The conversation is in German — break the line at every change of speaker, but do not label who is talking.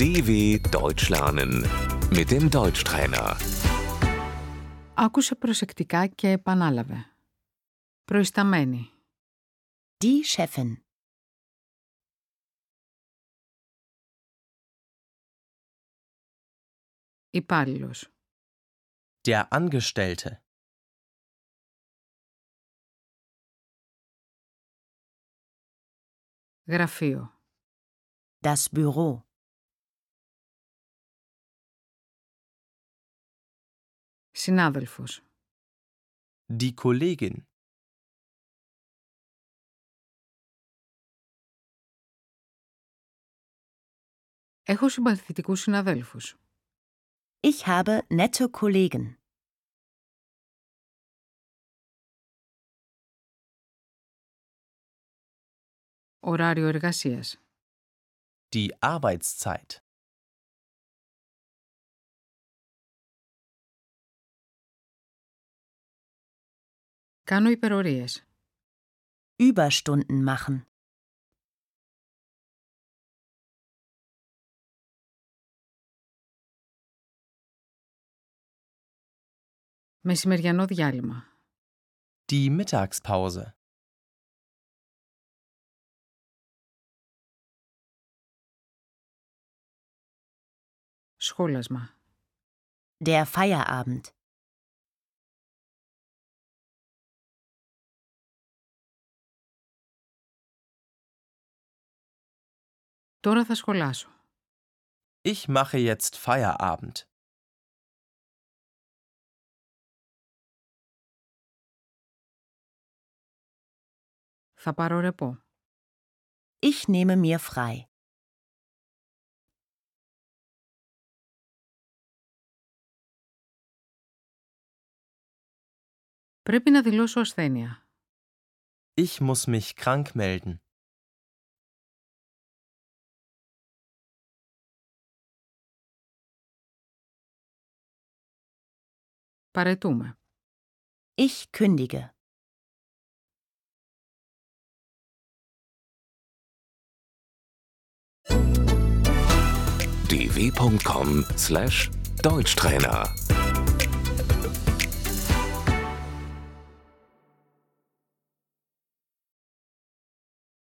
DW Deutsch lernen mit dem Deutschtrainer.
Άκουσε προσεκτικά και επανάλαβε. Προϊσταμένη.
Die Chefin.
Υπάλληλο.
Der Angestellte.
Γραφείο.
Das Büro.
Συνάδελφος.
Die Kollegin.
Έχω συμπαθητικούς συναδέλφους.
Ich habe nette Kollegen.
Ωράριο εργασίας.
Die Arbeitszeit.
Κάνω υπερορίες.
Überstunden machen.
Μεσημεριανό διάλειμμα.
Die Mittagspause.
Σχόλασμα.
Der Feierabend.
Τώρα θα σχολάσω.
Ich mache jetzt Feierabend.
Θα πάρω ρεπό.
Ich nehme mir frei.
Πρέπει να δηλώσω ασθένεια.
Ich muss mich krank melden.
Παρετούμε.
Ich kündige.
dw.com/deutschtrainer